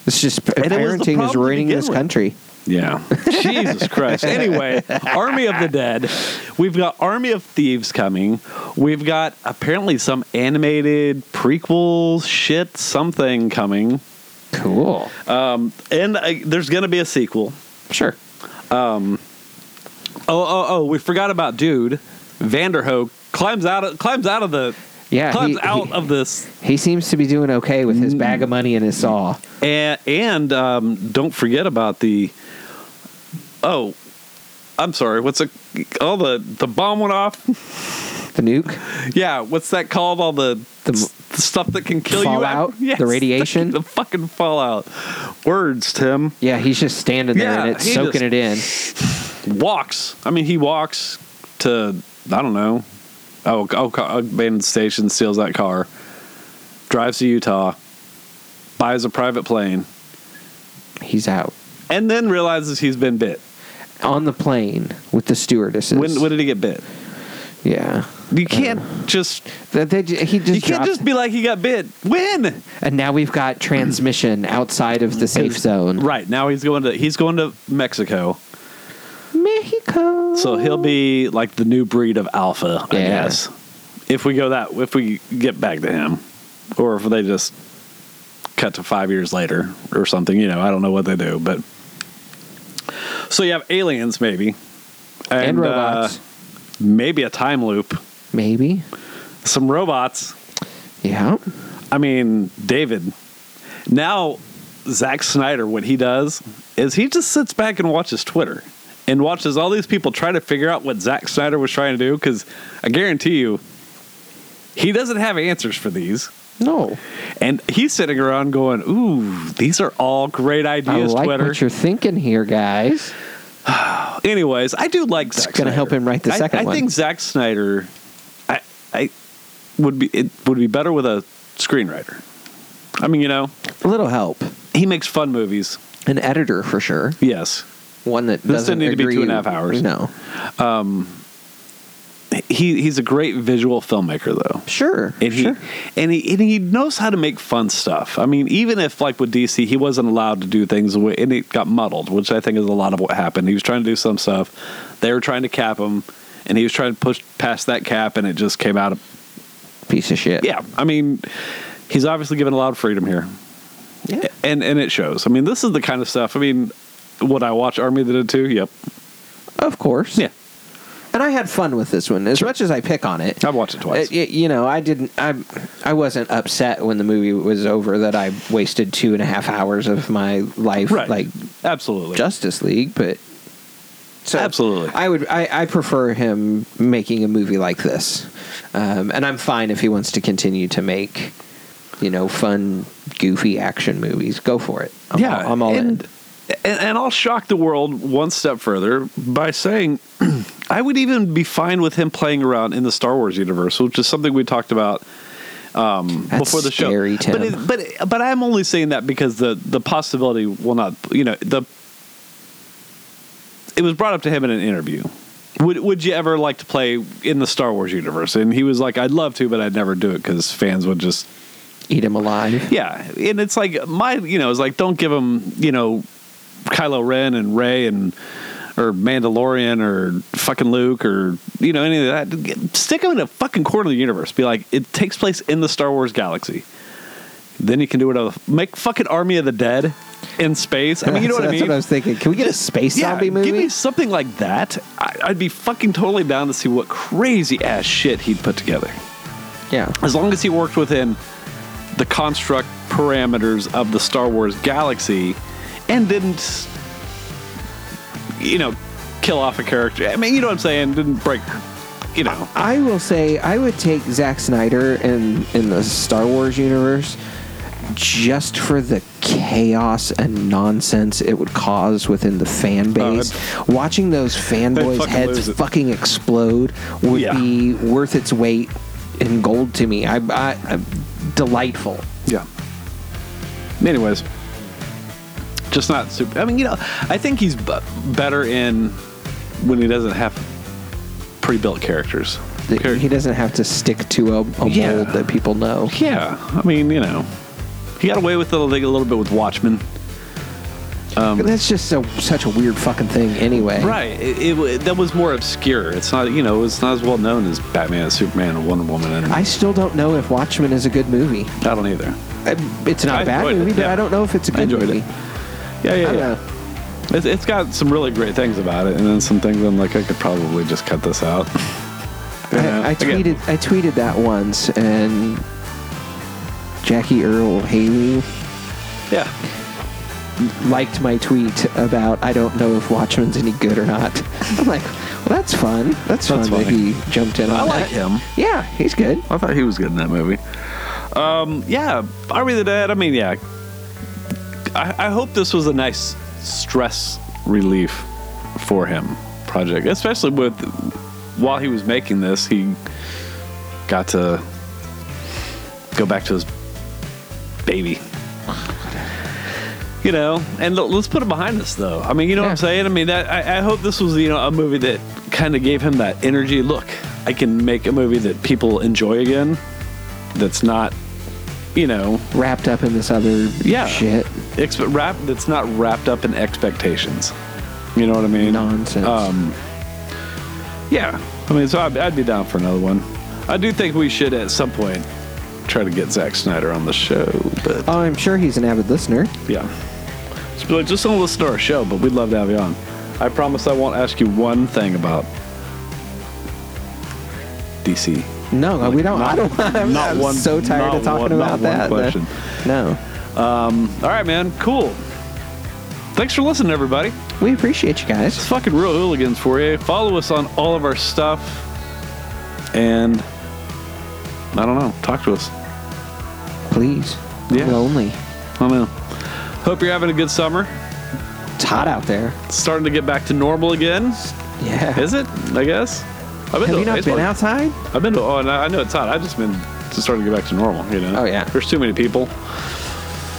It's just it was the parenting is problem to ruining begin this with. country. Yeah. Jesus Christ. Anyway, Army of the Dead. We've got Army of Thieves coming. We've got apparently some animated prequel shit something coming. Cool. And uh, there's going to be a sequel. Sure. Oh, oh, oh, we forgot about dude. Vanderhoek climbs out of climbs out of the Yeah, climbs he- out he- of this He seems to be doing okay with his bag of money and his saw. And, and um, don't forget about the. Oh, I'm sorry. What's it? All the the bomb went off. The nuke. Yeah, what's that called? All the The the, m- stuff that can kill you. fallout? after- The radiation? The, fucking fallout. Words, Tim. Yeah, he's just standing there Yeah, and it's he soaking just- it in. Walks. I mean, he walks to I don't know. Oh, oh, ca- abandoned station steals that car. Drives to Utah. Buys a private plane, He's out and then realizes he's been bit. on the plane with the stewardesses. When, when did he get bit? yeah. You can't just That they, ju- he just you can't dropped- just be like he got bit. When and now we've got transmission outside of the safe zone. right now he's going to he's going to Mexico, Mexico. so he'll be like the new breed of alpha, I Yeah. guess. If we go that, if we get back to him, or if they just cut to five years later or something, you know, I don't know what they do, but so you have aliens maybe, and, uh, robots. maybe a time loop, Maybe. some robots. Yeah. I mean, David. Now, Zack Snyder, what he does is he just sits back and watches Twitter and watches all these people try to figure out what Zack Snyder was trying to do. Because I guarantee you, he doesn't have answers for these. No. And he's sitting around going, Ooh, these are all great I ideas, like Twitter. what you're thinking here, guys. Anyways, I do like It's Zack gonna Snyder. help him write the I, second I one. think Zack Snyder, I, I would be it would be better with a screenwriter. I mean, you know, A little help. he makes fun movies. An editor for sure. Yes. One that This doesn't didn't need to be agree two and a with- half hours. No. He he's a great visual filmmaker though. Sure. And he, sure. and he and he knows how to make fun stuff. I mean, even if like with DC, he wasn't allowed to do things the way and it got muddled, which I think is a lot of what happened. He was trying to do some stuff. They were trying to cap him and he was trying to push past that cap and it just came out of Piece of shit. yeah. I mean, he's obviously given a lot of freedom here. Yeah. and and it shows. I mean, this is the kind of stuff. I mean, would I watch Army of the Dead too? Yep. Of course. Yeah, And I had fun with this one. As much as I pick on it, I've watched it twice. Uh, y- you know, I didn't. I I wasn't upset when the movie was over that I wasted two and a half hours of my life, right. like absolutely. Justice League. But so Absolutely. I would. I, I prefer him making a movie like this, um, and I'm fine if he wants to continue to make, you know, fun, goofy action movies. Go for it. I'm yeah, all, I'm all and, in. And, and I'll shock the world one step further by saying I would even be fine with him playing around in the Star Wars universe, which is something we talked about um, That's before the show. scary, Tim. But it, but it- but I'm only saying that because the the possibility will not. You know the. It was brought up to him in an interview. Would Would you ever like to play in the Star Wars universe? And he was like, "I'd love to, but I'd never do it because fans would just Eat him alive. yeah." And it's like my you know it's like don't give him you know Kylo Ren and Ray and or Mandalorian or fucking Luke or you know any of that. Get- Stick him in a fucking corner of the universe. Be like, it takes place in the Star Wars galaxy. Then you can do whatever. Make fucking Army of the Dead in space. I mean, you know what I That's mean. what I was thinking. Can we get a space zombie movie? give me something like that. I, I'd be fucking totally down to see what crazy ass shit he'd put together, yeah. as long as he worked within the construct parameters of the Star Wars galaxy, and didn't, you know, kill off a character. I mean, you know what I'm saying? Didn't break, you know. I will say I would take Zack Snyder in in the Star Wars universe just for the chaos and nonsense it would cause within the fan base. Watching those fucking fanboys' lose heads it. fucking explode would Yeah. be worth its weight in gold to me. I, I, I delightful. Yeah. Anyways, just not super. I mean, you know, I think he's b- better in when he doesn't have pre-built characters. That Char- He doesn't have to stick to a, a Yeah. mold that people know. yeah, I mean, you know, he got away with it a little a little bit with Watchmen. That's just so, such a weird fucking thing, anyway. Um, Right. It, it, wa- that was more obscure. It's not, you know, it's not as well known as Batman, and Superman, and Wonder Woman, and I I, still don't know if Watchmen is a good movie. don't either. I- It's not I a bad enjoyed it, movie, but yeah. I don't know if it's a I good enjoyed movie. it. Yeah, I yeah, don't yeah. know. It's, it's got some really great things about it, and then some things I'm like, I could probably just cut this out. Yeah, I, I again. tweeted I tweeted that once, and Jackie Earl Haley yeah. liked my tweet about I don't know if Watchmen's any good or not. I'm like, well, that's fun. That's, fun That's that funny. he jumped in. I on like that. him. Yeah, he's good. I thought he was good in that movie. Um, yeah, Army of the Dead. I mean, yeah. I, I hope this was a nice stress relief for him project, especially with while he was making this, he got to go back to his baby. You know, and l- let's put it behind us, though. I mean, you know what Yeah. I'm saying? I mean, that I, I hope this was you know a movie that kind of gave him that energy. Look, I can make a movie that people enjoy again. That's not, you know, Wrapped up in this other Yeah. shit expe- wrap. That's not wrapped up in expectations. You know what I mean? nonsense. Um, yeah, I mean, so I'd, I'd be down for another one. I do think we should at some point try to get Zack Snyder on the show, but oh, I'm sure he's an avid listener. yeah. Just be like, just don't listen to our show, but we'd love to have you on. I promise I won't ask you one thing about DC. No, uh, we don't. I don't. I'm, not I'm one- so tired not of one- talking not about one that. question. No, All right, man, cool. Thanks for listening, everybody. we appreciate you guys. It's fucking real hooligans for you. Follow us on all of our stuff, and I don't know, talk to us. Please. Yeah. I'm lonely. I don't know. Hope you're having a good summer. It's hot out there. It's starting to get back to normal again. Yeah. Is it? I guess. I've been Have a you not baseball been game. outside? I've been to. Oh, and I I know it's hot. I've just been just starting to get back to normal. You know. Oh, yeah. There's too many people.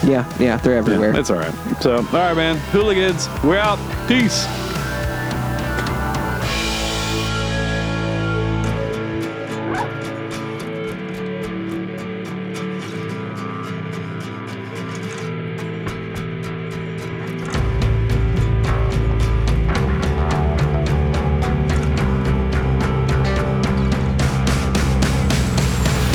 Yeah, yeah, they're Yeah, everywhere. it's all right. So, all right, man. Hooligans, we're out. Peace.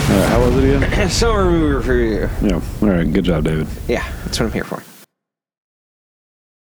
All right, how was it again? Summer mover for you. Yeah. All right. Good job, David. Yeah, that's what I'm here for.